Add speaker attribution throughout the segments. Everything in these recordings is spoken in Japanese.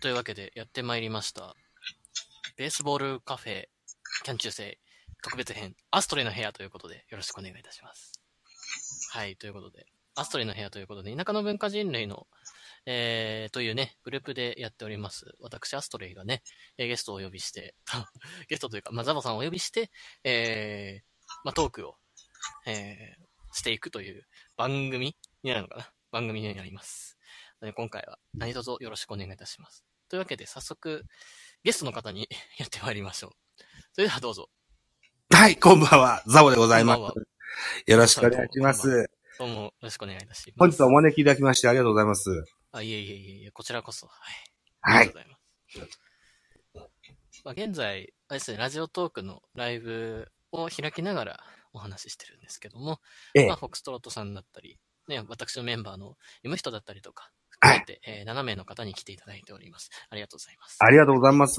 Speaker 1: というわけで、やってまいりました。ベースボールカフェ、キャン中世、特別編、アストレイの部屋ということで、よろしくお願いいたします。はい、ということで、アストレイの部屋ということで、田舎の文化人類の、えー、というね、グループでやっております。私、アストレイがね、えーゲストをお呼びして、 ゲストというか、まあ、ザボさんをお呼びして、えー、まあ、トークを、えー、していくという番組になるのかな番組になります。なので今回は何卒よろしくお願いいたします。というわけで早速、ゲストの方に やってまいりましょう。それではどうぞ。
Speaker 2: はい、こんばんは。ザボでございま
Speaker 1: こんばんは
Speaker 2: す。よろしくお願いしま
Speaker 1: こんばん
Speaker 2: す。
Speaker 1: どうもよろしくお願いいたしま
Speaker 2: 本
Speaker 1: す。
Speaker 2: 日はお招きいただきましてありがとうございます。
Speaker 1: あ、いえいえいえいえ、こちらこそ。はい。
Speaker 2: は
Speaker 1: ありが。とう
Speaker 2: い
Speaker 1: ございます。まあ、現在、あれですね、ラジオトークのライブを開きながらお話ししてるんですけども、
Speaker 2: ええ
Speaker 1: まあ、フォックストロットさんだったり、ね、私のメンバーの読む人だったりとか、
Speaker 2: は
Speaker 1: 含
Speaker 2: い
Speaker 1: めて、えー7名の方に来ていただいております。ありがとうございます。
Speaker 2: ありがとうございます。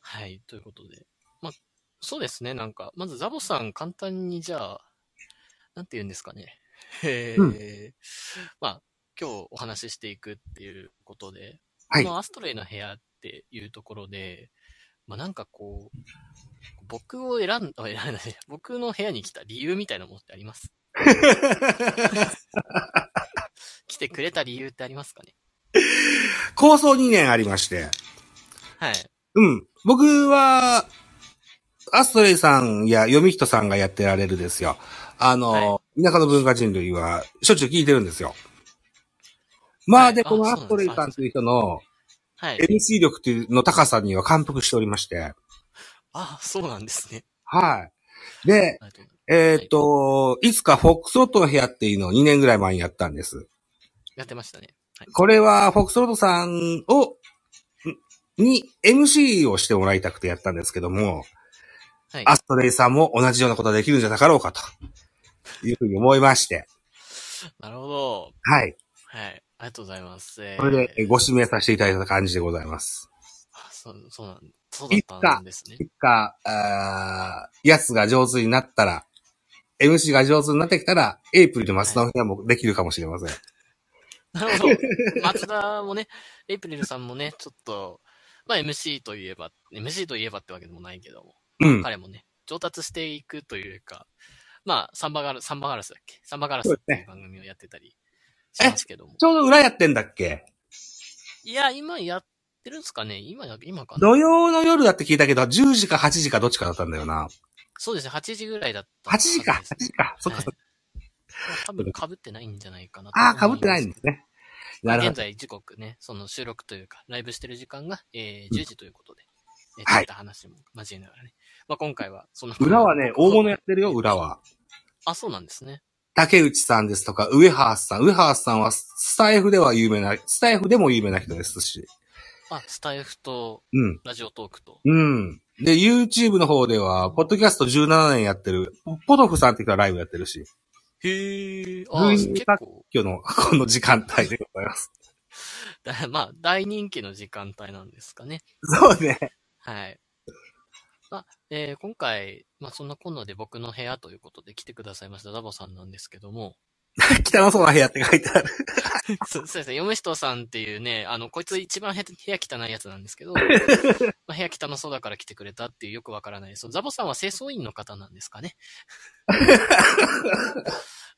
Speaker 1: はい、ということで。まあ、そうですね、なんか、まずザボさん、簡単にじゃあ、なんて言うんですかね。えー
Speaker 2: う
Speaker 1: まあ、今日お話ししていくっていうことで、
Speaker 2: はい
Speaker 1: こ。のアストレイの部屋っていうところで、まあ、なんかこう、僕を選んあ選んだ、ね、僕の部屋に来た理由みたいなものってあります 来てくれた理由ってありますかね
Speaker 2: 構想2年ありまして。
Speaker 1: はい。
Speaker 2: うん。僕は、アストレイさんや読み人さんがやってられるですよ。あの、田舎の文化人類は、しょっちゅう聞いてるんですよ。ま
Speaker 1: は
Speaker 2: あ、
Speaker 1: い
Speaker 2: で、
Speaker 1: あ
Speaker 2: この
Speaker 1: そうなん
Speaker 2: ア
Speaker 1: です
Speaker 2: ストレイさんという人の
Speaker 1: はい。
Speaker 2: MC 力っていうの高さには感服しておりまして。
Speaker 1: あ、そうなんですね。
Speaker 2: はい。で、
Speaker 1: ありがとうございます
Speaker 2: えーっ、と、いつかフォックスロットの部屋っていうのを2年ぐらい前にやったんです。
Speaker 1: やってましたね。はい。
Speaker 2: これはフォックスロットさんを、んに MC をしてもらいたくてやったんですけども、
Speaker 1: はい、
Speaker 2: アストレイさんも同じようなことができるんじゃなかろうかと、いうふうに思いまして、
Speaker 1: なるほど。
Speaker 2: はい。
Speaker 1: はい。ありがとうございます。えー
Speaker 2: これでえご指名させていただいた感じでございます。
Speaker 1: あそう、そうなん、そうだったんですね。
Speaker 2: いつか、あーやつが上手になったら、MC が上手になってきたら、エイプリル松田の部屋もできるかもしれません。
Speaker 1: なるほど。 松田もね、エイプリルさんもね、ちょっと、まあ MC といえば、MC といえばってわけでもないけども、
Speaker 2: うん。
Speaker 1: 彼もね、上達していくというか、まあ、サンバガラス、サンバガラスだっけサンバガラスっていう番組をやってたりしますけども。
Speaker 2: ちょうど裏やってんだっけ
Speaker 1: いや、今やってるんですかね今や、今かな
Speaker 2: 土曜の夜だって聞いたけど、10時か8時かどっちかだったんだよな。
Speaker 1: そうですね、8時ぐらいだった
Speaker 2: 8
Speaker 1: はずで
Speaker 2: 時
Speaker 1: す。
Speaker 2: か、8時か。そっかそっか。
Speaker 1: 多分被ってないんじゃないかなと思
Speaker 2: あ
Speaker 1: ます。
Speaker 2: あ、被ってないんですね。なるほ
Speaker 1: 現
Speaker 2: ど。
Speaker 1: 在時刻ね、その収録というか、ライブしてる時間が、えー
Speaker 2: うん
Speaker 1: 10時ということで、えー
Speaker 2: はい
Speaker 1: そういった話も交えながらね。まあ、今回は、その。
Speaker 2: 裏はね、大物やってるよ、裏は。
Speaker 1: あ、そうなんですね。
Speaker 2: 竹内さんですとか、上原さん。上原さんは、スタイフでは有名な、スタイフでも有名な人ですし。
Speaker 1: あ、スタイフと
Speaker 2: うん。
Speaker 1: ラジオトークと。
Speaker 2: うん。で、YouTube の方では、ポッドキャスト17年やってる、ポポトフさんっていう人はライブやってるし、
Speaker 1: へえ。あー、
Speaker 2: うん
Speaker 1: 結構、
Speaker 2: 今日のこの時間帯でございます。
Speaker 1: だ まあ、大人気の時間帯なんですかね。
Speaker 2: そうね。
Speaker 1: はい。あ、えー今回、まあ、そんなこんなで僕の部屋ということで来てくださいましたザボさんなんですけども、
Speaker 2: 汚そうな部屋って書いてある。
Speaker 1: そうそうですね。読む人さんっていうね、あの、こいつ一番へ部屋汚いやつなんですけ ど、まあ、部屋汚そうだから来てくれたっていうよくわからない。そのザボさんは清掃員の方なんです かね。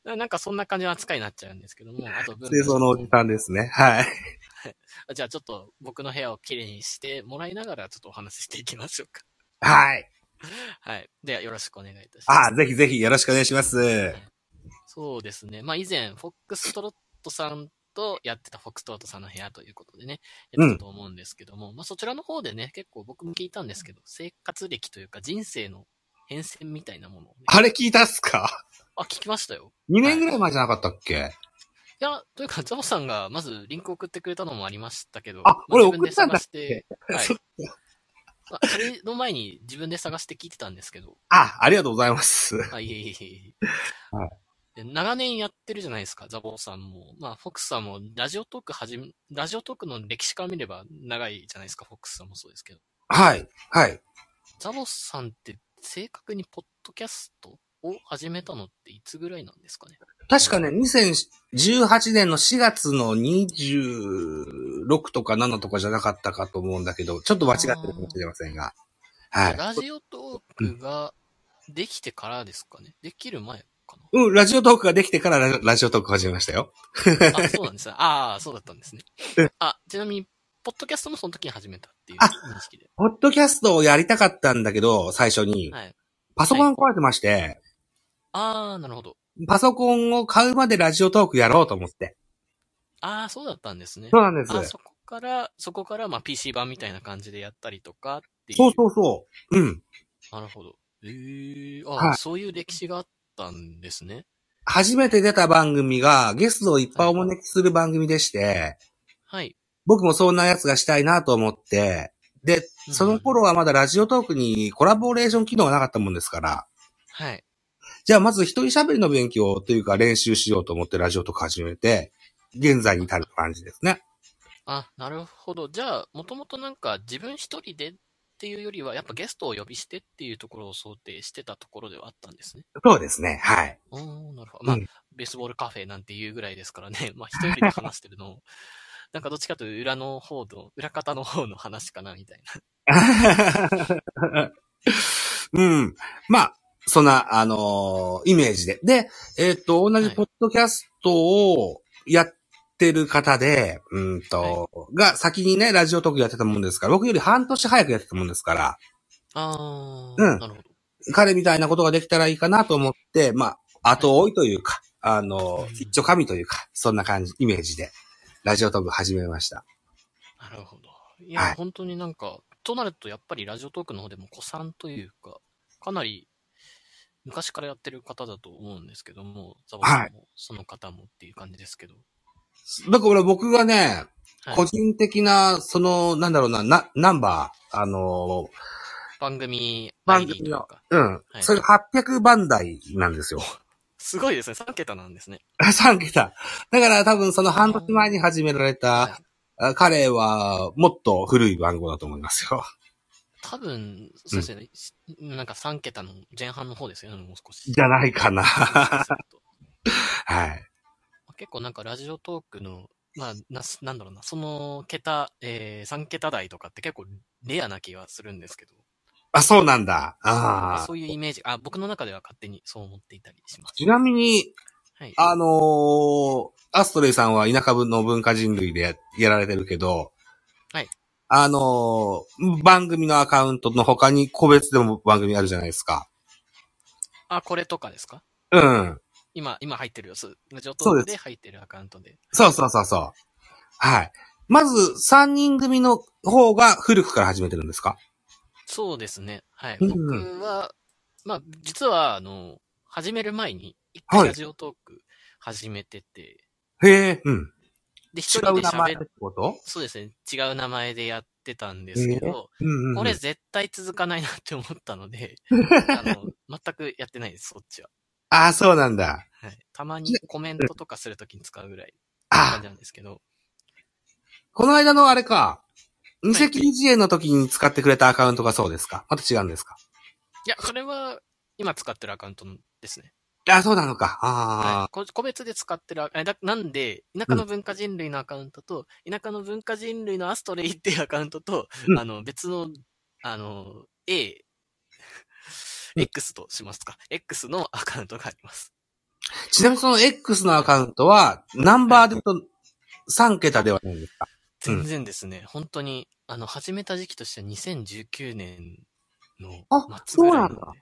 Speaker 1: ななんかそんな感じの扱いになっちゃうんですけども、あと文化
Speaker 2: 清掃のおじさんですね。はい。
Speaker 1: じゃあちょっと僕の部屋をきれいにしてもらいながらちょっとお話ししていきましょうか。
Speaker 2: はい。
Speaker 1: はい。ではよろしくお願いいたします。
Speaker 2: ああ、ぜひぜひよろしくお願いします。
Speaker 1: そうですね。まあ以前、フォックストロットさんとやってたフォックストロットさんの部屋ということでね、やってたと思うんですけども、まあそちらの方でね、結構僕も聞いたんですけど、生活歴というか人生の変遷みたいなものをね、
Speaker 2: あれ聞いたっすか
Speaker 1: あ、聞きましたよ。
Speaker 2: ?2 年ぐらい前じゃなかったっけ、
Speaker 1: いや、というか、ザボさんがまずリンク送ってくれたのもありましたけど、
Speaker 2: あ
Speaker 1: ま
Speaker 2: 俺
Speaker 1: 自分で
Speaker 2: 送ったんだ
Speaker 1: 探して、はい
Speaker 2: そっ。
Speaker 1: まあ、それの前に自分で探して聞いてたんですけど、
Speaker 2: あ、ありがとうございます。
Speaker 1: あ、いえいえいえ。
Speaker 2: はい
Speaker 1: で長年やってるじゃないですか、ザボさんも。まあ、フォックスさんも、ラジオトーク始め、ラジオトークの歴史から見れば長いじゃないですか、フォックスさんもそうですけど。
Speaker 2: はい、はい。
Speaker 1: ザボさんって正確にポッドキャストを始めたのっていつぐらいなんですかね。
Speaker 2: 確かね、2018年の4月の26とか7とかじゃなかったかと思うんだけど、ちょっと間違ってるかもしれませんが。はい。
Speaker 1: ラジオトークができてからですかね。できる前か な。
Speaker 2: うん、ラジオトークができてからララジオトーク始めましたよ。
Speaker 1: あ、そうなんですね。ああ、そうだったんですね。あ、ちなみに、ポッドキャストもその時に始めたっていう
Speaker 2: あ
Speaker 1: 認識で。
Speaker 2: ポッドキャストをやりたかったんだけど、最初に。
Speaker 1: はい。
Speaker 2: パソコン壊れてまして、
Speaker 1: ああ、なるほど。
Speaker 2: パソコンを買うまでラジオトークやろうと思って。
Speaker 1: ああ、そうだったんですね。
Speaker 2: そうなんで
Speaker 1: あ
Speaker 2: す。
Speaker 1: そこから、そこから、まあ、PC 版みたいな感じでやったりとかっていう。
Speaker 2: そうそうそう。うん。
Speaker 1: なるほど。ええあ、
Speaker 2: はい
Speaker 1: そういう歴史があったんですね。
Speaker 2: 初めて出た番組が、ゲストをいっぱいお招きする番組でして、
Speaker 1: はい。
Speaker 2: 僕もそんなやつがしたいなと思って、で、その頃はまだラジオトークにコラボレーション機能がなかったもんですから、
Speaker 1: はい。
Speaker 2: じゃあまず一人喋りの勉強というか練習しようと思ってラジオトーク始めて、現在に至る感じですね。
Speaker 1: あ、なるほど。じゃあ、もともとなんか自分一人でっていうよりは、やっぱゲストを呼びしてっていうところを想定してたところではあったんですね。
Speaker 2: そうですね。はい。
Speaker 1: おー、なるほど。まあ、
Speaker 2: うん
Speaker 1: ベースボールカフェなんていうぐらいですからね。 まあ、一人で話してるのを、なんかどっちかというと裏の方の、裏方の方の話かな、みたいな。
Speaker 2: うん。まあ、そんな、あのーイメージで。で、えっ、と、同じ
Speaker 1: はい
Speaker 2: ポッドキャストをやってる方で、うんと、
Speaker 1: は
Speaker 2: が先にね、ラジオトークやってたもんですから、僕より半年早くやってたもんですから、
Speaker 1: あー、
Speaker 2: うん
Speaker 1: なるほど。
Speaker 2: 彼みたいなことができたらいいかなと思って、まあ、後追いというか、あの
Speaker 1: うん
Speaker 2: ー、一丁神というか、そんな感じ、イメージで、ラジオトーク始めました。
Speaker 1: なるほど。いや、
Speaker 2: はい
Speaker 1: 本当になんか、となるとやっぱりラジオトークの方でも古参というか、かなり昔からやってる方だと思うんですけども、ザボさんも、その方もっていう感じですけど。
Speaker 2: だから僕がね、
Speaker 1: はい
Speaker 2: 個人的な、その、なんだろうな、な、ナンバー、あのー、
Speaker 1: 番組、
Speaker 2: 番
Speaker 1: ID と
Speaker 2: 組
Speaker 1: いう
Speaker 2: の
Speaker 1: か。。
Speaker 2: うん。
Speaker 1: はい
Speaker 2: それ800番台なんですよ。
Speaker 1: すごいですね。3桁なんですね。
Speaker 2: 3桁。だから多分その半年前に始められ
Speaker 1: は
Speaker 2: た、
Speaker 1: い
Speaker 2: あ彼はもっと古い番号だと思いますよ。
Speaker 1: 多分、そうですね、なんか3桁の前半の方ですよね、もう少し。
Speaker 2: じゃないかな。は
Speaker 1: そうすると
Speaker 2: い。
Speaker 1: 結構なんかラジオトークの、まあ、なす、なんだろうな、その桁、えー、3桁台とかって結構レアな気がするんですけど、
Speaker 2: あ、そうなんだ。ああ
Speaker 1: そういうイメージ、あ、僕の中では勝手にそう思っていたりします。
Speaker 2: ちなみに、
Speaker 1: はい。
Speaker 2: あのーアストレイさんは田舎の文化人類でややられてるけど、
Speaker 1: はい。
Speaker 2: あのー番組のアカウントの他に個別でも番組あるじゃないですか。
Speaker 1: あ、これとかですか
Speaker 2: うん。
Speaker 1: 今、今入ってるやつ。ラジオト
Speaker 2: そう
Speaker 1: ー
Speaker 2: です
Speaker 1: クで入ってるアカウントで。
Speaker 2: そうそうそうそう。はい。まず、三人組の方が古くから始めてるんですか
Speaker 1: そうですね。はい。
Speaker 2: うん
Speaker 1: 僕は、まあ、実は、あの、始める前に、一回
Speaker 2: はい
Speaker 1: ラジオトーク始めてて、
Speaker 2: へえ、うん。
Speaker 1: で、一
Speaker 2: 違
Speaker 1: 人
Speaker 2: う
Speaker 1: で
Speaker 2: 名前
Speaker 1: 喋
Speaker 2: っ
Speaker 1: って
Speaker 2: こと
Speaker 1: そうですね。違う名前でやってたんですけど、
Speaker 2: うんうんうん。
Speaker 1: これ絶対続かないなって思ったの で、あの、全くやってないです、そっちは。
Speaker 2: ああ、そうなんだ。
Speaker 1: はい。たまにコメントとかするときに使うぐらいって
Speaker 2: あ
Speaker 1: 感じ
Speaker 2: あ、
Speaker 1: なんですけど、
Speaker 2: この間のあれか。無責任自演の時に使ってくれたアカウントがそうですかまた違うんですか
Speaker 1: いや、それは、今使ってるアカウントですね。
Speaker 2: ああ、そうなのか。
Speaker 1: は
Speaker 2: あ
Speaker 1: いこ個別で使ってるア、えだなんで、田舎の文化人類のアカウントと、田舎の文化人類のアストレイっていうアカウントと、
Speaker 2: うん
Speaker 1: あの、別の、あの、A、
Speaker 2: うん
Speaker 1: X としますか。X のアカウントがあります。
Speaker 2: あ。ちなみにその X のアカウントは、ナンバーで言うと3桁ではないんですかうん
Speaker 1: 全然ですね、本当に、あの、始めた時期としては2019年の
Speaker 2: あ
Speaker 1: 末ぐらい
Speaker 2: そうなん
Speaker 1: だ。は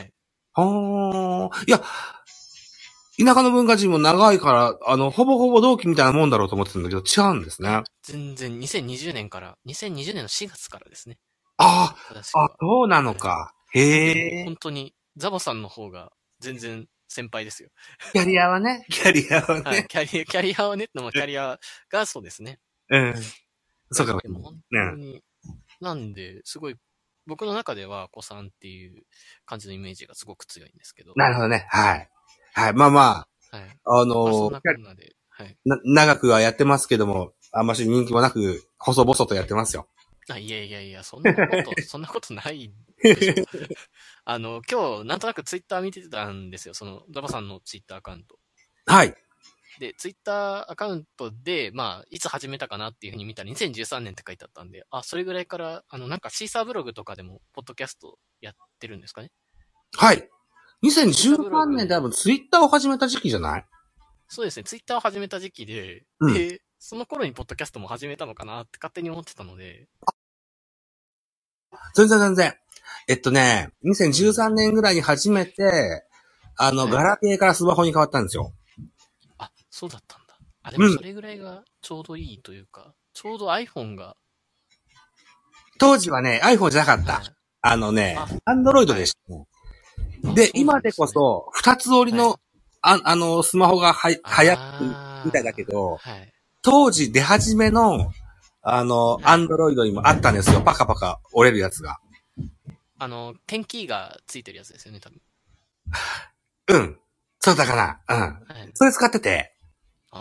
Speaker 1: い。
Speaker 2: はあ。いや、田舎の文化人も長いから、あの、ほぼほぼ同期みたいなもんだろうと思ってたんだけど、違うんですね。あ
Speaker 1: 全然、2020年から、2020年の4月からですね。
Speaker 2: あ、
Speaker 1: 正しくは
Speaker 2: あ、そうなのか。へえ。
Speaker 1: 本当に、ザボさんの方が全然先輩ですよ。
Speaker 2: キャリアはね。キャリアは
Speaker 1: はい、
Speaker 2: ね。
Speaker 1: キャリア、キャリアはね、まあキャリアがそうですね。
Speaker 2: うん。そうかもし
Speaker 1: で
Speaker 2: れな
Speaker 1: も
Speaker 2: い。
Speaker 1: 本
Speaker 2: う
Speaker 1: 当
Speaker 2: ん。
Speaker 1: に、なんで、すごい、僕の中では、子さんっていう感じのイメージがすごく強いんですけど。
Speaker 2: なるほどね。はい。はい。まあま
Speaker 1: はい。
Speaker 2: あ、あ
Speaker 1: まあ、
Speaker 2: の
Speaker 1: そん
Speaker 2: ー
Speaker 1: なこんなで、はい。
Speaker 2: な長くはやってますけども、あんまし人気もなく、細々とやってますよ。
Speaker 1: あ、いやいやいや、そんなこと、そんなことないあの、今日、なんとなくツイッター見てたんですよ。その、ザバさんのツイッターアカウント。
Speaker 2: はい。
Speaker 1: で、ツイッターアカウントで、まあ、いつ始めたかなっていうふうに見たら、2013年って書いてあったんで、あ、それぐらいから、あの、なんかシーサーブログとかでも、ポッドキャストやってるんですかね。
Speaker 2: はい。2013年多分ツイッターを始めた時期じゃない
Speaker 1: そうですね、ツイッターを始めた時期で、
Speaker 2: うん
Speaker 1: で、その頃にポッドキャストも始めたのかなって勝手に思ってたので、
Speaker 2: 全然全然。えっとね、2013年ぐらいに初めて、あの、
Speaker 1: はい
Speaker 2: ガラケーからスマホに変わったんですよ。
Speaker 1: あ、そうだったんだ。あ、でも
Speaker 2: うん
Speaker 1: それぐらいがちょうどいいというか、ちょうど iPhone が、
Speaker 2: 当時はね、iPhone じゃなかった。あのね
Speaker 1: あ、
Speaker 2: Android でしたね。で、
Speaker 1: そうな
Speaker 2: 今
Speaker 1: んで
Speaker 2: です
Speaker 1: ね
Speaker 2: こそ、二つ折りの、
Speaker 1: は
Speaker 2: ああの、スマホがは、流行っ
Speaker 1: あー
Speaker 2: てみたいだけど、
Speaker 1: はい。
Speaker 2: 当時出始めの、あの、Android にもあったんですよ。パカパカ折れるやつが。
Speaker 1: あの、テンキーがついてるやつですよね、多分。
Speaker 2: うん。そうだから、うん。
Speaker 1: はい。
Speaker 2: それ使ってて。
Speaker 1: あ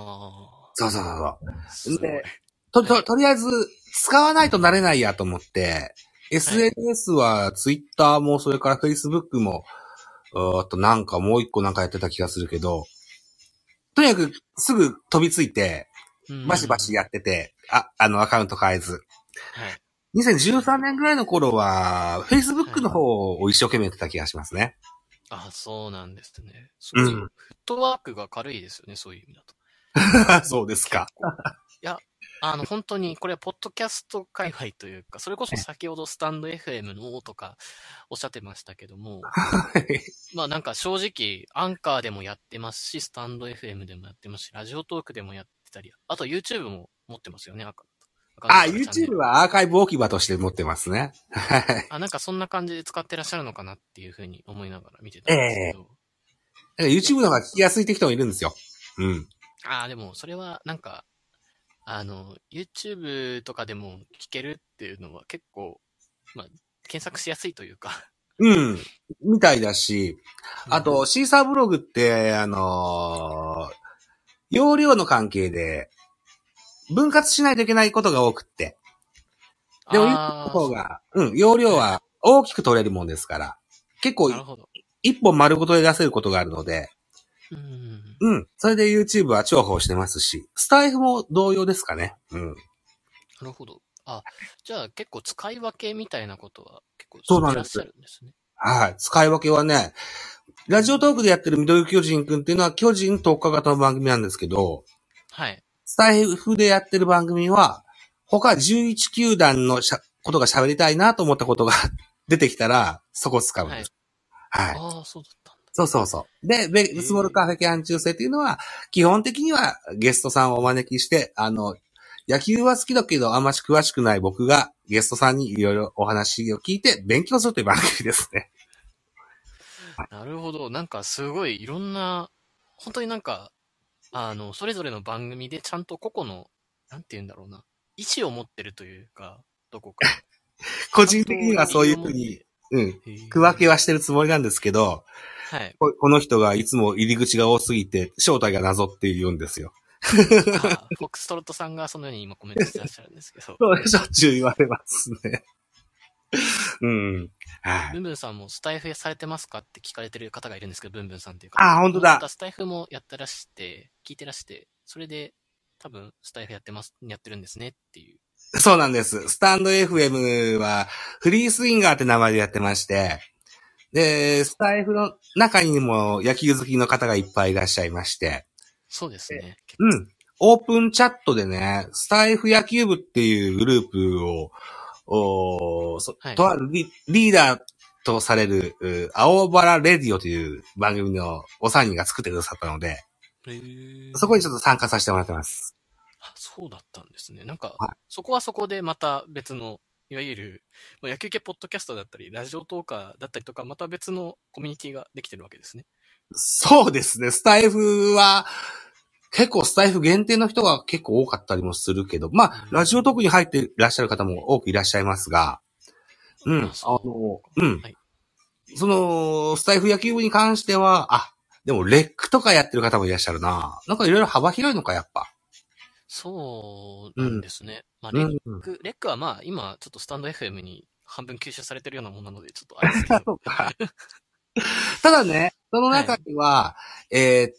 Speaker 2: そうそうそうそう。
Speaker 1: あ、すごい。
Speaker 2: でと、と、とりあえず、使わないとなれないやと思って、SNS は Twitter も、それから Facebook も、うーっとなんかもう一個なんかやってた気がするけど、とにかくすぐ飛びついて、
Speaker 1: うん
Speaker 2: バシバシやってて、あ、あのアカウント変えず。
Speaker 1: はい。
Speaker 2: 2013年ぐらいの頃は、Facebook の方を一生懸命やってた気がしますね。
Speaker 1: あ、そうなんですね。そううんフットワークが軽いですよね、そういう意味だと。
Speaker 2: そうですか。
Speaker 1: あの、本当に、これはポッドキャスト界隈というか、それこそ先ほどスタンド FM のとかおっしゃってましたけども、まあなんか正直、アンカーでもやってますし、スタンド FM でもやってますし、ラジオトークでもやってたり、あと YouTube も持ってますよね、アカアカ
Speaker 2: あ、
Speaker 1: ウントチャンネル
Speaker 2: YouTube はアーカイブ置き場として持ってますね。はい。
Speaker 1: あ、なんかそんな感じで使ってらっしゃるのかなっていうふうに思いながら見てたんですけど。
Speaker 2: だから YouTube の方が聞きやすいって人もいるんですよ。うん。
Speaker 1: ああ、でも、それは、なんか、あの、YouTube とかでも聞けるっていうのは結構、まあ、検索しやすいというか。
Speaker 2: うん。みたいだし、あと、シーサーブログって、あのー容量の関係で、分割しないといけないことが多くって。
Speaker 1: うん、
Speaker 2: でも、
Speaker 1: あ
Speaker 2: YouTube
Speaker 1: ー
Speaker 2: の方が、うん、容量は大きく取れるもんですから、結構
Speaker 1: な、るほど。
Speaker 2: 一本丸ごとで出せることがあるので、
Speaker 1: うん。
Speaker 2: うん、それで YouTube は重宝してますし、スタイフも同様ですかね。うん。
Speaker 1: なるほど。あ、じゃあ結構使い分けみたいなことは結構
Speaker 2: そうなん
Speaker 1: いら
Speaker 2: で
Speaker 1: っ
Speaker 2: す
Speaker 1: しゃるんですね。
Speaker 2: はい。使い分けはね、ラジオトークでやってる緑巨人くんっていうのは巨人特化型の番組なんですけど、
Speaker 1: はい。
Speaker 2: スタイフでやってる番組は、他11球団のしゃことが喋りたいなと思ったことが出てきたら、そこ使うんです。はい。
Speaker 1: ああ、そうだったんだ。
Speaker 2: そうそうそう。で、ベ
Speaker 1: ー
Speaker 2: スモールカフェキャン中世っていうのは、基本的にはゲストさんをお招きして、あの、野球は好きだけど、あんまし詳しくない僕がゲストさんにいろいろお話を聞いて勉強するという番組ですね。
Speaker 1: なるほど。なんかすごいいろんな、本当になんか、あの、それぞれの番組でちゃんと個々の、なんて言うんだろうな、意思を持ってるというか、ど こか。
Speaker 2: 個人的にはそういうふうに、うん、
Speaker 1: へー。
Speaker 2: 区分けはしてるつもりなんですけど、
Speaker 1: はい。
Speaker 2: ここの人がいつも入り口が多すぎて、正体が謎って言うんですよ。
Speaker 1: あーフォックストロットさんがそのように今コメントしてらっしゃるんですけど、
Speaker 2: そう、しょっちゅう言われますね。うん。は
Speaker 1: ブ
Speaker 2: い。
Speaker 1: ンブンさんもスタイフされてますかって聞かれてる方がいるんですけど、ブンブンさんっていうか。
Speaker 2: あー、本当だ。
Speaker 1: スタイフもやったらして、聞いてらして、それで多分スタイフやってます、やってるんですねっていう。
Speaker 2: そうなんです。スタンド FM は、フリースインガーって名前でやってまして、で、スタイフの中にも野球好きの方がいっぱいいらっしゃいまして、
Speaker 1: そうですね。結
Speaker 2: うん。オープンチャットでね、スタイフ野球部っていうグループを、おーそ
Speaker 1: はい
Speaker 2: とあるリリーダーとされる、うー青原レディオという番組のお三人が作ってくださったので、
Speaker 1: 構へー
Speaker 2: そこにちょっと参加させてもらってます。
Speaker 1: あそうだったんですね。なんか
Speaker 2: は、
Speaker 1: そこはそこでまた別の、いわゆる、まあ野球系ポッドキャストだったり、ラジオトーカーだったりとか、また別のコミュニティができてるわけですね。
Speaker 2: そうですね、スタイフは、結構スタイフ限定の人が結構多かったりもするけど、まあ、ラジオ特に入っていらっしゃる方も多くいらっしゃいますが、うん、
Speaker 1: あ
Speaker 2: あの
Speaker 1: そ、
Speaker 2: うん、
Speaker 1: はい。
Speaker 2: その、スタイフ野球部に関しては、あ、でもレックとかやってる方もいらっしゃるな。なんかいろいろ幅広いのか、やっぱ。
Speaker 1: そうなんですね。まあ、
Speaker 2: う
Speaker 1: レッ
Speaker 2: ん。
Speaker 1: ク、レックはまあ、今、ちょっとスタンド FM に半分吸収されてるようなもんなので、ちょっとあれですけ
Speaker 2: あ
Speaker 1: ど。
Speaker 2: そうか。ただね、その中には、えーっ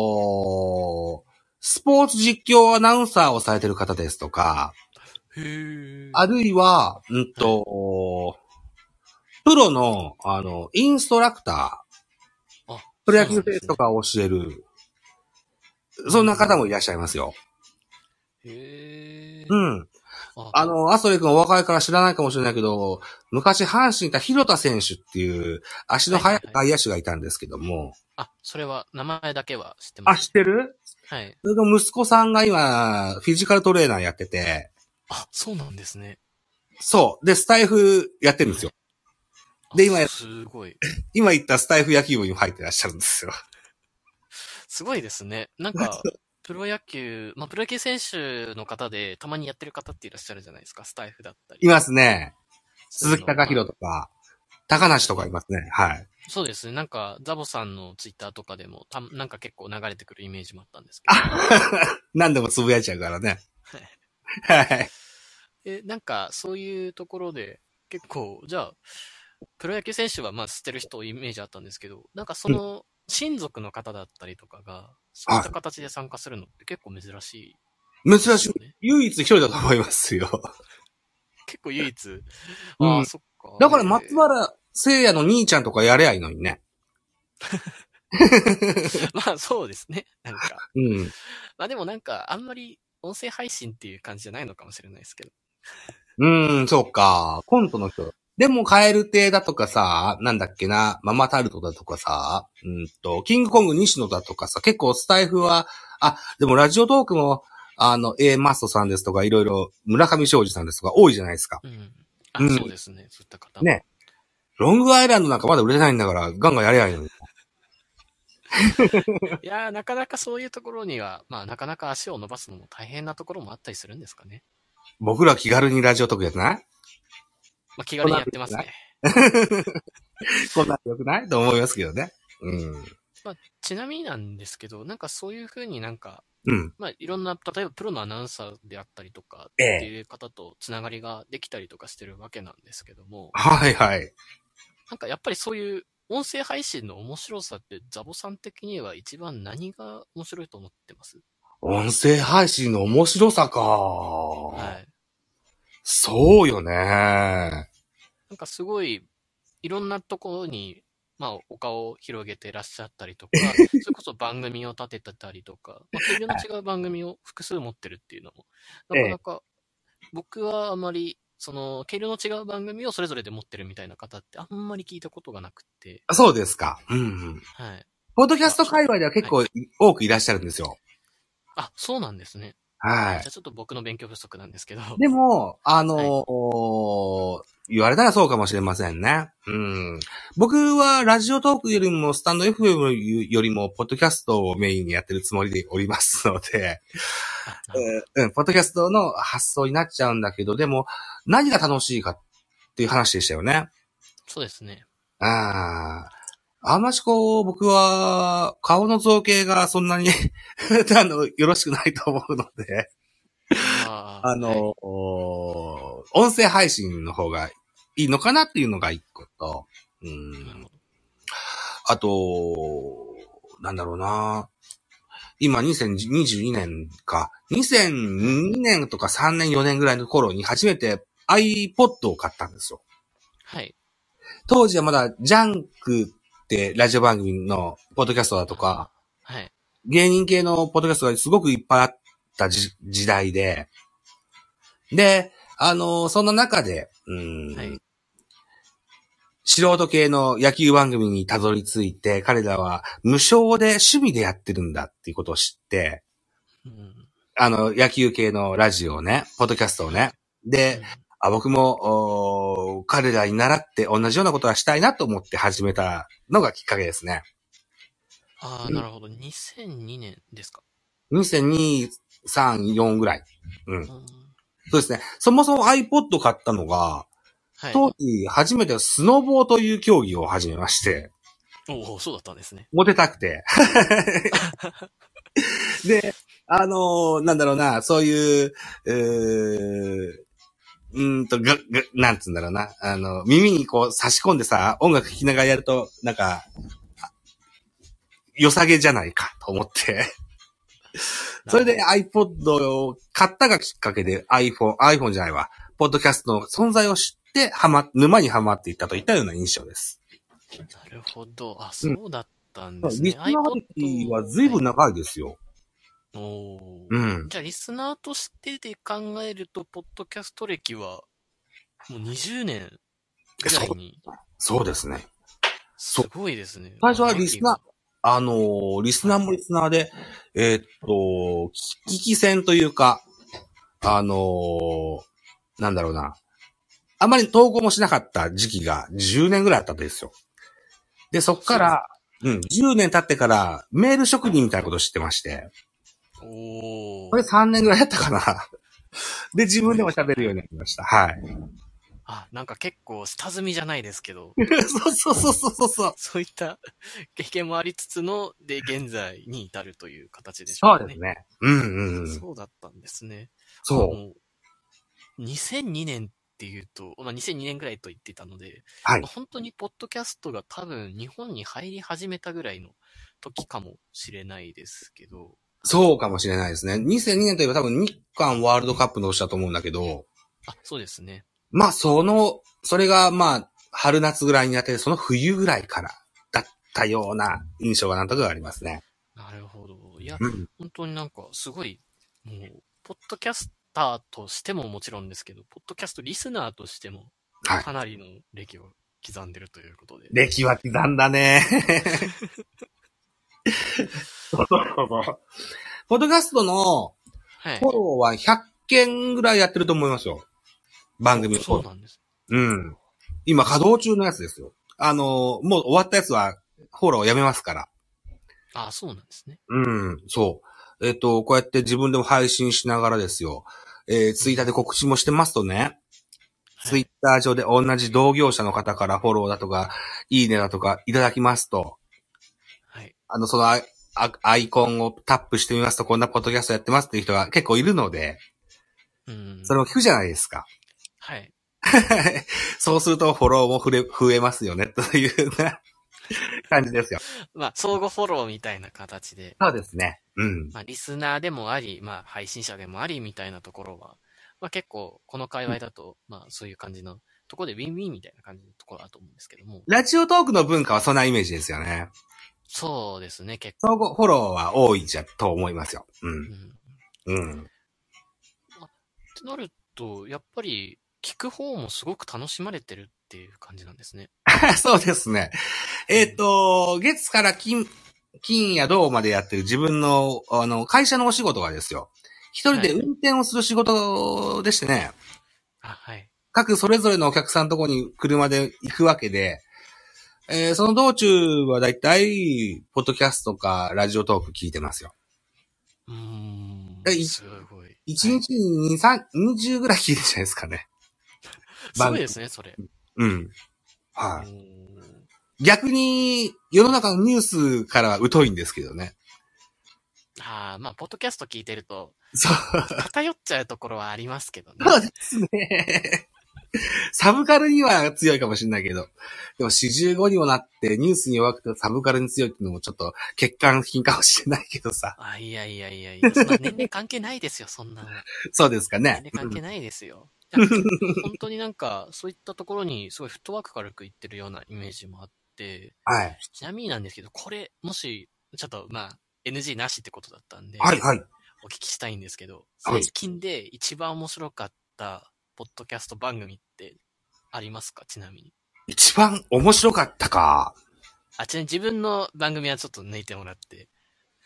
Speaker 2: と、スポーツ実況アナウンサーをされてる方ですとか、
Speaker 1: へー
Speaker 2: あるいは、うんと、プロの、あの、インストラクター
Speaker 1: あ、
Speaker 2: プロ野球選手とかを教える、そんな方もいらっしゃいますよ。
Speaker 1: へー
Speaker 2: うん。あ、の、アストレイ君お若いから知らないかもしれないけど、昔阪神いた広田選手っていう足の速い外野手がいたんですけども。
Speaker 1: あ、それは、名前だけは知って
Speaker 2: あ、
Speaker 1: ます。
Speaker 2: 知ってる
Speaker 1: はい。
Speaker 2: それの息子さんが今、フィジカルトレーナーやってて、
Speaker 1: あ、そうなんですね。
Speaker 2: そう。で、スタイフやってるんですよ。
Speaker 1: あ
Speaker 2: で今や
Speaker 1: すごい。
Speaker 2: 今言ったスタイフ野球部にも入ってらっしゃるんですよ。
Speaker 1: すごいですね。なん か、プロ野球、まあ、プロ野球選手の方で、たまにやってる方っていらっしゃるじゃないですか。スタイフだったり。
Speaker 2: いますね。
Speaker 1: そうい
Speaker 2: 鈴
Speaker 1: う
Speaker 2: 木
Speaker 1: の
Speaker 2: 隆弘とか、高梨とかいますね。はい。
Speaker 1: そうですね。なんか、ザボさんのツイッターとかでも、たなんか結構流れてくるイメージもあったんですけど。
Speaker 2: 何でもつぶやいちゃうからね。はい。
Speaker 1: え、なんか、そういうところで、結構、じゃあ、プロ野球選手は、まあ、知ってる人、イメージあったんですけど、なんかその、親族の方だったりとかが、そういった形で参加するのって結構珍しいですよ
Speaker 2: 珍
Speaker 1: ね。
Speaker 2: しい。唯一一人だと思いますよ。
Speaker 1: 結構唯一。
Speaker 2: う
Speaker 1: あ
Speaker 2: ん
Speaker 1: あ、そっか。
Speaker 2: だから松原聖也の兄ちゃんとかやれゃいいのにね。
Speaker 1: まあそうですね。なんか。
Speaker 2: うん。
Speaker 1: まあでもなんか、あんまり音声配信っていう感じじゃないのかもしれないですけど。
Speaker 2: うーん、そうか。コントの人。でも、カエル亭だとかさ、なんだっけな、ママタルトだとかさ、うんと、キングコング西野だとかさ、結構スタイフは、あ、でもラジオトークも、あの、A マストさんですとか、いろいろ、村上昌司さんですとか、多いじゃないですか。
Speaker 1: うん。あ、
Speaker 2: うん
Speaker 1: そうですね。そういった方も。
Speaker 2: ねロングアイランドなんかまだ売れないんだから、ガンガンやれゃいいのに。
Speaker 1: いやー、なかなかそういうところには、まあなかなか足を伸ばすのも大変なところもあったりするんですかね。
Speaker 2: 僕ら気軽にラジオトークやってない
Speaker 1: まあ気軽にやってます
Speaker 2: そうなん
Speaker 1: ね。
Speaker 2: こんなの良くないと思いますけどね。うん。
Speaker 1: ちなみになんですけど、なんかそういうふうになんか、
Speaker 2: うん。
Speaker 1: まあいろんな、例えばプロのアナウンサーであったりとかっ
Speaker 2: ええ
Speaker 1: ていう方とつながりができたりとかしてるわけなんですけども、
Speaker 2: はいはい。
Speaker 1: なんかやっぱりそういう音声配信の面白さってザボさん的には一番何が面白いと思ってます
Speaker 2: 音声配信の面白さか。
Speaker 1: はい。
Speaker 2: そうよね。
Speaker 1: なんかすごい、いろんなところに、まあ、お顔を広げてらっしゃったりとか、それこそ番組を立ててたりとか、まあ、毛色の違う番組を複数持ってるっていうのも、なかなか、僕はあまり、その、毛色の違う番組をそれぞれで持ってるみたいな方ってあんまり聞いたことがなくて、
Speaker 2: そうですか。うんうん。
Speaker 1: はい。
Speaker 2: ポッドキャスト界隈では結構多くいらっしゃるんですよ。
Speaker 1: あ、そうなんですね。
Speaker 2: は
Speaker 1: じゃあちょっと僕の勉強不足なんですけど。
Speaker 2: い。でも、あのー
Speaker 1: はい
Speaker 2: おー言われたらそうかもしれませんね。うん。僕はラジオトークよりもスタンド FM よりもポッドキャストをメインにやってるつもりでおりますので、
Speaker 1: あなるほど
Speaker 2: うんうん、ポッドキャストの発想になっちゃうんだけど、でも、何が楽しいかっていう話でしたよね。
Speaker 1: そうですね。
Speaker 2: ああ。あんましこう、僕は、顔の造形がそんなに、 あの、よろしくないと思うので、
Speaker 1: あー
Speaker 2: あ
Speaker 1: は
Speaker 2: の、
Speaker 1: い
Speaker 2: お音声配信の方がいいのかなっていうのが一個と、う
Speaker 1: なるほ。
Speaker 2: ん
Speaker 1: ど
Speaker 2: あと、なんだろうな。今2022年か。2002年とか3年4年ぐらいの頃に初めて iPod を買ったんですよ。
Speaker 1: はい。
Speaker 2: 当時はまだジャンクってラジオ番組のポッドキャストだとか、
Speaker 1: はい。
Speaker 2: 芸人系のポッドキャストがすごくいっぱいあったじ時代で、で、あのそんな中で、うん
Speaker 1: はい
Speaker 2: 素人系の野球番組にたどり着いて、彼らは無償で趣味でやってるんだっていうことを知って、
Speaker 1: うん。
Speaker 2: あの、野球系のラジオをね、ポッドキャストをね。で、あ僕もおー彼らに習って同じようなことはしたいなと思って始めたのがきっかけですね。
Speaker 1: ああ、なるほど。2002年ですか。
Speaker 2: 2002、3、4ぐらい。う
Speaker 1: う
Speaker 2: ん。
Speaker 1: ん
Speaker 2: そうですね。そもそも iPod 買ったのが、
Speaker 1: はい。
Speaker 2: 当時初めてスノボーという競技を始めまして、
Speaker 1: おお、そうだったんですね。
Speaker 2: モテたく て。で、あのーなんだろうな、そういう、うーうーんと、ぐ、ぐ、なんつうんだろうな。あの、耳にこう差し込んでさ、音楽聴きながらやると、なんか、あ良さげじゃないかと思って。それで iPod を買ったがきっかけで iPhone、iPhone じゃないわ。ポッドキャストの存在を知って、はま、沼にはまっていったといったような印象です。
Speaker 1: なるほど。あ、そうだったんですね。
Speaker 2: リスナー歴は随分長いですよ。
Speaker 1: iPod おー
Speaker 2: うん。
Speaker 1: じゃあ、リスナーとしてで考えると、ポッドキャスト歴は、もう20年ぐらいに。
Speaker 2: そうですね。
Speaker 1: す
Speaker 2: そう
Speaker 1: ごいですね。
Speaker 2: 最初はリスナあのーリスナーもリスナーで、えーっと、聞き戦というか、あのーなんだろうな。あまり投稿もしなかった時期が10年ぐらいあったんですよ。で、そっから、うん、10年経ってから、メール職人みたいなことを知ってまして、
Speaker 1: ー。お
Speaker 2: これ
Speaker 1: ー。
Speaker 2: 3年ぐらいやったかな。で、自分でも喋るようになりました。はい。
Speaker 1: あ、なんか結構、下積みじゃないですけど、
Speaker 2: そうそうそうそう そう。
Speaker 1: そういった経験もありつつの、で、現在に至るという形でしょ
Speaker 2: そうう
Speaker 1: かね
Speaker 2: です。ね。うんうんうん。
Speaker 1: そうだったんですね。
Speaker 2: そう。
Speaker 1: もう2002年っていうと、まあ、2002年ぐらいと言っていたので、
Speaker 2: はい
Speaker 1: まあ本当にポッドキャストが多分日本に入り始めたぐらいの時かもしれないですけど、
Speaker 2: そうかもしれないですね。2002年といえば多分日韓ワールドカップの年だと思うんだけど、
Speaker 1: あ、そうですね。
Speaker 2: まあその、それがまあ春夏ぐらいになって、その冬ぐらいからだったような印象がなんとなくありますね。
Speaker 1: なるほど。いや、
Speaker 2: うん。
Speaker 1: 本当になんかすごい、もう、ポッドキャスターとしてももちろんですけど、ポッドキャストリスナーとしても、
Speaker 2: はい
Speaker 1: かなりの歴を刻んでるということで。
Speaker 2: 歴は刻んだ ね。そうそうそうポッドキャストの
Speaker 1: はい
Speaker 2: フォ。ローは100件ぐらいやってると思いますよ。番組のフ
Speaker 1: そう
Speaker 2: ォロー。
Speaker 1: なんです。
Speaker 2: うん。今稼働中のやつですよ。あの、もう終わったやつはフォローやめますから。
Speaker 1: あ、そうなんですね。
Speaker 2: うん、そう。えっと、こうやって自分でも配信しながらですよ。えーツイッターで告知もしてますとね、
Speaker 1: はい
Speaker 2: ツイッター上で同じ同業者の方からフォローだとか、いいねだとかいただきますと、
Speaker 1: はい。
Speaker 2: あの、そのアイアアイコンをタップしてみますと、こんなポッドキャストやってますっていう人が結構いるので、
Speaker 1: うん。
Speaker 2: それも聞くじゃないですか。
Speaker 1: はい。
Speaker 2: そうするとフォローも増え増えますよね、というような 感じですよ。
Speaker 1: まあ、相互フォローみたいな形で、
Speaker 2: そうですね。うん。
Speaker 1: まあ、リスナーでもあり、まあ、配信者でもありみたいなところは、まあ、結構、この界隈だと、まあ、そういう感じのところで、ウィンウィンみたいな感じのところだと思うんですけども、
Speaker 2: ラジオトークの文化はそんなイメージですよね。
Speaker 1: そうですね、結
Speaker 2: 相互フォローは多いじゃ、と思いますよ。う。
Speaker 1: 構。うんん。っ
Speaker 2: うん。
Speaker 1: てなると、やっぱり、聞く方もすごく楽しまれてるっていう感じなんですね。
Speaker 2: そうですね。えっ、と、月から金、金や銅までやってる自分の、あの、会社のお仕事がですよ。一人で運転をする仕事でしてね、
Speaker 1: あ、はい。
Speaker 2: 各それぞれのお客さんのところに車で行くわけで、えーその道中はだいたい、ポッドキャストかラジオトーク聞いてますよ。
Speaker 1: う
Speaker 2: え
Speaker 1: ーん。
Speaker 2: い
Speaker 1: すごい。
Speaker 2: 一日に2、三20ぐらい聞いてるじゃないですかね。
Speaker 1: すごいですね、それ。
Speaker 2: うん。はい。
Speaker 1: うん
Speaker 2: 逆に、世の中のニュースからは疎いんですけどね。
Speaker 1: ああ、まあ、ポッドキャスト聞いてると、
Speaker 2: そう。
Speaker 1: 偏っちゃうところはありますけどね。
Speaker 2: そうですね。サブカルには強いかもしれないけど。でも45にもなってニュースに弱くてサブカルに強いっていうのもちょっと欠陥品かもしれないけどさ。
Speaker 1: あ、いやいやいやいや、そんな年齢関係ないですよ、そんなの。
Speaker 2: そう ですか
Speaker 1: 年
Speaker 2: ね
Speaker 1: 齢。関係ないですよ。 いや本当になんか、そういったところに、すごいフットワーク軽くいってるようなイメージもあって、
Speaker 2: はい。
Speaker 1: ちなみになんですけど、これ、もし、ちょっと、まあ、NG なしってことだったんで、
Speaker 2: はい、はい。
Speaker 1: お聞きしたいんですけど、
Speaker 2: はい
Speaker 1: 最近で一番面白かった、ポッドキャスト番組って、ありますかちなみに。
Speaker 2: 一番面白かったか。
Speaker 1: あ、ちなみに自分の番組はちょっと抜いてもらって、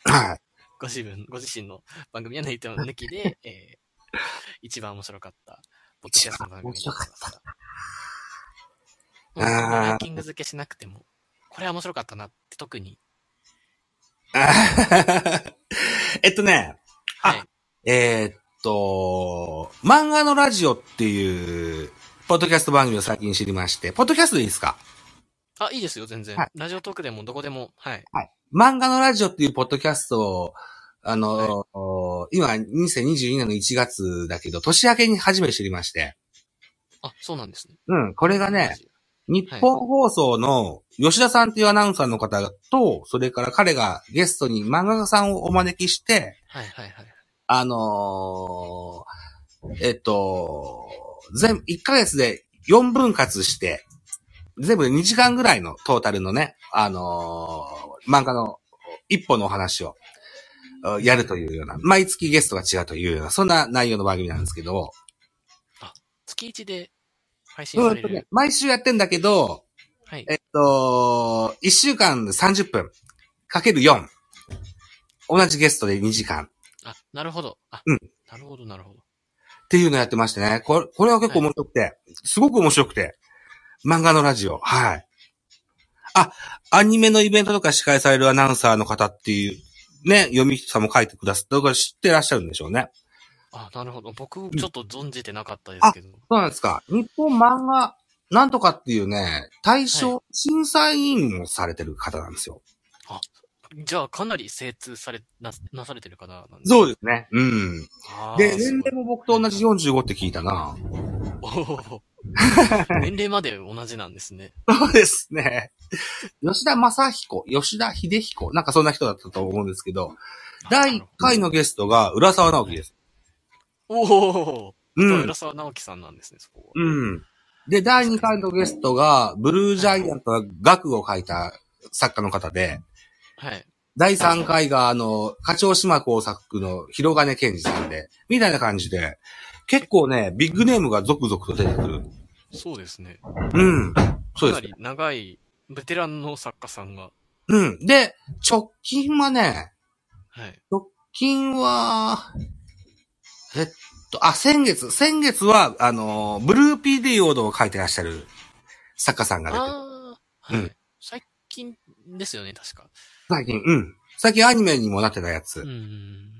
Speaker 2: はい。
Speaker 1: ご自分、ご自身の番組は抜いても抜きで、えー一番面白かった、ポッドキャストの番組
Speaker 2: 一番面白か
Speaker 1: った。
Speaker 2: た
Speaker 1: もう
Speaker 2: あー
Speaker 1: ランキング付けしなくても、これは面白かったなって特に。
Speaker 2: えっとね、あ
Speaker 1: はい。
Speaker 2: えーっと、漫画のラジオっていう、ポッドキャスト番組を最近知りまして、ポッドキャストでいいですか
Speaker 1: あ、いいですよ、全然
Speaker 2: はい。
Speaker 1: ラジオトークでもどこでも。はい。
Speaker 2: 漫画のラジオっていうポッドキャストを、あの、今、2022年の1月だけど、年明けに初めて知りまして、
Speaker 1: あ、そうなんですね。
Speaker 2: うん、これがね、。日本放送の吉田さんっていうアナウンサーの方と、それから彼がゲストに漫画家さんをお招きして、
Speaker 1: はいはいはい。
Speaker 2: あのーえっと、全、1ヶ月で4分割して、全部で2時間ぐらいのトータルのね、あのー漫画の一本のお話をあやるというような、毎月ゲストが違うというような、そんな内容の番組なんですけど、
Speaker 1: 月一で配信
Speaker 2: う
Speaker 1: さ
Speaker 2: ん
Speaker 1: れ
Speaker 2: とね
Speaker 1: る。
Speaker 2: 毎週やってんだけど、
Speaker 1: はい。
Speaker 2: えっと、1週間で30分、かける4。同じゲストで2時間。
Speaker 1: あ、なるほど。あ、
Speaker 2: うん
Speaker 1: なるほどなるほど。
Speaker 2: っていうのやってましてね。これ、これは結構面白くて、すごく面白くて。漫画のラジオ、はい。あ、アニメのイベントとか司会されるアナウンサーの方っていう、ね、読み人さんも書いてくださったから知ってらっしゃるんでしょうね。
Speaker 1: あ、なるほど。僕、ちょっと存じてなかったですけど。
Speaker 2: そうなんですか。日本漫画、なんとかっていうね、大賞審査委員もされてる方なんですよ。
Speaker 1: じゃあ、かなり精通され、な、なされてる方なんです
Speaker 2: そうですね。うん。
Speaker 1: あー
Speaker 2: で、
Speaker 1: す
Speaker 2: 年
Speaker 1: ごい
Speaker 2: 齢も僕と同じ45って聞いたな。
Speaker 1: おー 年齢まで同じなんですね。
Speaker 2: そうですね。 吉田正彦、吉田秀彦、なんかそんな人だったと思うんですけど、第1回のゲストが浦沢直樹です。
Speaker 1: おお、
Speaker 2: う
Speaker 1: そう、
Speaker 2: ん
Speaker 1: 浦。沢直樹さんなんですね、そこは。
Speaker 2: うん。で、第2回のゲストが、ブルージャイアントが額を書いた作家の方で、
Speaker 1: はい。
Speaker 2: 第3回が、あの、課長島工作の広金健二さんで、みたいな感じで、結構ね、ビッグネームが続々と出てくる。
Speaker 1: そうですね。
Speaker 2: うん。そう
Speaker 1: かな
Speaker 2: ですね。
Speaker 1: り長い、ベテランの作家さんが。
Speaker 2: うん。で、直近はね、
Speaker 1: はい。
Speaker 2: 直近は、えっと、あ、先月、先月は、あの、ブルーピーディオードを書いてらっしゃる作家さんが出てる、
Speaker 1: ああー、は
Speaker 2: う
Speaker 1: い
Speaker 2: ん。
Speaker 1: 最近ですよね、確か。
Speaker 2: 最近、うん。最近アニメにもなってたや
Speaker 1: う
Speaker 2: つ。
Speaker 1: ん。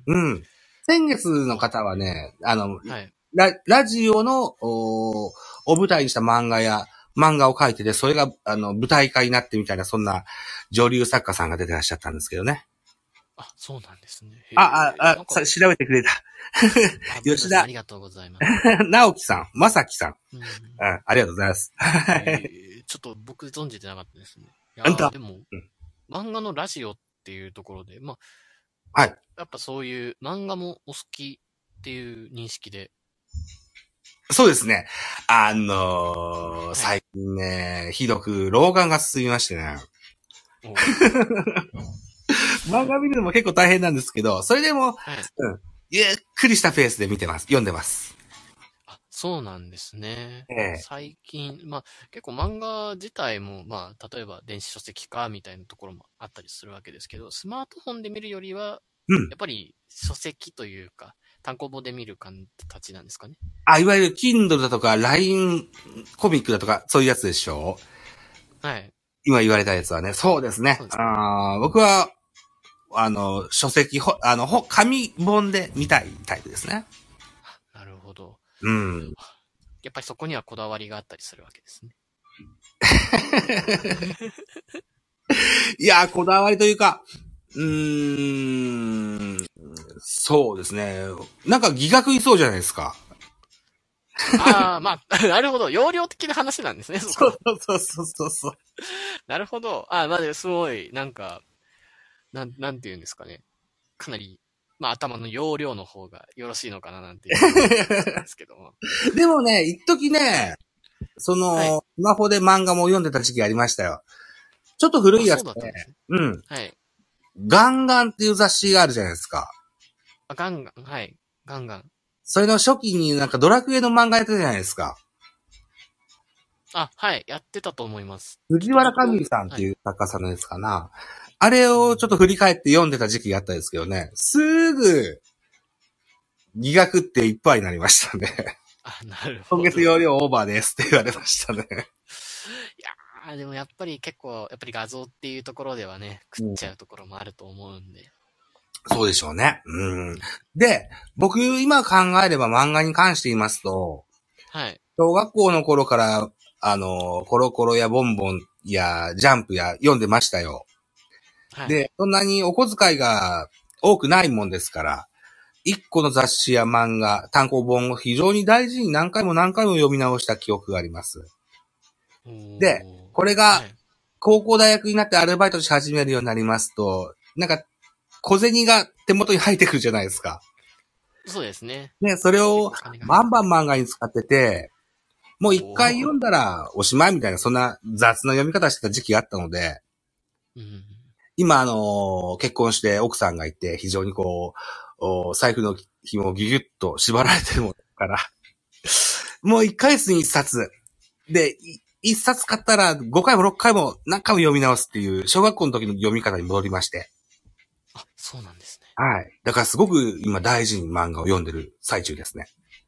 Speaker 2: うん。先月の方はね、あの、
Speaker 1: はい。
Speaker 2: ララジオの、おお舞台にした漫画や、漫画を書いてて、それが、あの、舞台化になってみたいな、そんな、女流作家さんが出てらっしゃったんですけどね。
Speaker 1: あ、そうなんですね。へー
Speaker 2: あ、あ、
Speaker 1: な
Speaker 2: あ
Speaker 1: ん、か
Speaker 2: さ調べてくれた。
Speaker 1: あ
Speaker 2: 吉田
Speaker 1: ありがとうござい ます。
Speaker 2: 直樹さん、正樹さん。
Speaker 1: うん
Speaker 2: うん、ありがとうございます。
Speaker 1: えーちょっと僕存じてなかったですね。いやー
Speaker 2: あんた
Speaker 1: でも
Speaker 2: うん、
Speaker 1: 漫画のラジオっていうところで、まあ、
Speaker 2: はい。
Speaker 1: やっぱそういう漫画もお好きっていう認識 で。
Speaker 2: そうですね。あのー、最近ね、ひどく老眼が進みましてね。
Speaker 1: おう
Speaker 2: 漫画見るのも結構大変なんですけど、それでも、
Speaker 1: はい。
Speaker 2: ゆっくりしたペースで見てます。読んでます。
Speaker 1: あ、そうなんですね。
Speaker 2: ええ
Speaker 1: 最近、まあ結構漫画自体も、まあ例えば電子書籍化みたいなところもあったりするわけですけど、スマートフォンで見るよりは、
Speaker 2: うん
Speaker 1: やっぱり書籍というか、単行本で見る形なんですかね。
Speaker 2: あ、いわゆる Kindle だとか、LINE コミックだとか、そういうやつでしょう
Speaker 1: はい。
Speaker 2: 今言われたやつはね。そうですね
Speaker 1: そう。ですね
Speaker 2: あー僕は、あの、書籍、ほあの、ほ紙本で見たいタイプですね。
Speaker 1: なるほど。
Speaker 2: うん。
Speaker 1: やっぱりそこにはこだわりがあったりするわけですね。
Speaker 2: いやー、こだわりというか、うーん、そうですね。なんか疑惑いそうじゃないですか。
Speaker 1: ああ、まあ、 なるほど。容量的な話なんですね、そこ。
Speaker 2: うそうそうそうそう。
Speaker 1: なるほど。ああ、まあ、でもすごい、なんか、なん、なんて言うんですかね。かなり、まあ、頭の容量の方がよろしいのかな、なんていうですけども。
Speaker 2: でもね、一時ね、その、
Speaker 1: はい
Speaker 2: スマホで漫画も読んでた時期ありましたよ。ちょっと古いや
Speaker 1: あ
Speaker 2: つ
Speaker 1: そうだったん
Speaker 2: ね
Speaker 1: で。すね。
Speaker 2: うん。
Speaker 1: はい。
Speaker 2: ガンガンっていう雑誌があるじゃないですか。
Speaker 1: あ、ガンガン、はい。ガンガン。
Speaker 2: それの初期になんかドラクエの漫画やってたじゃないですか。
Speaker 1: あ、はい。やってたと思います。
Speaker 2: 藤原かみさんっていう作家さんのやつかな。あれをちょっと振り返って読んでた時期があったんですけどね、すぐ、疑惑っていっぱいになりました ね。
Speaker 1: あ、なるほど。
Speaker 2: 今月容量オーバーですって言われましたね。
Speaker 1: いやーでもやっぱり結構、やっぱり画像っていうところではね、食っちゃうところもあると思うんで。
Speaker 2: そうでしょうね。うん。で、僕今考えれば漫画に関して言いますと、
Speaker 1: はい。
Speaker 2: 小学校の頃から、あの、コロコロやボンボンやジャンプや読んでましたよ。
Speaker 1: はい。
Speaker 2: で、そんなにお小遣いが多くないもんですから、一個の雑誌や漫画、単行本を非常に大事に何回も何回も読み直した記憶があります。でこれが
Speaker 1: はい
Speaker 2: 高校大学になってアルバイトし始めるようになりますと、なんか、小銭が手元に入ってくるじゃないですか。
Speaker 1: そうですね。
Speaker 2: ね、それを
Speaker 1: 結構金が
Speaker 2: バンバン漫画に使ってて、もう一回読んだらおしまいみたいな、そんな雑な読み方してた時期があったので、
Speaker 1: うん
Speaker 2: 今、あのー結婚して奥さんがいて、非常にこう、お財布の紐をギュギュッと縛られてるもんだから、 もう一ヶ月に一冊。で、い一冊買ったら5回も6回も何回も読み直すっていう、小学校の時の読み方に戻りまして。
Speaker 1: あ、そうなんですね。
Speaker 2: はい。だからすごく今大事に漫画を読んでる最中ですね。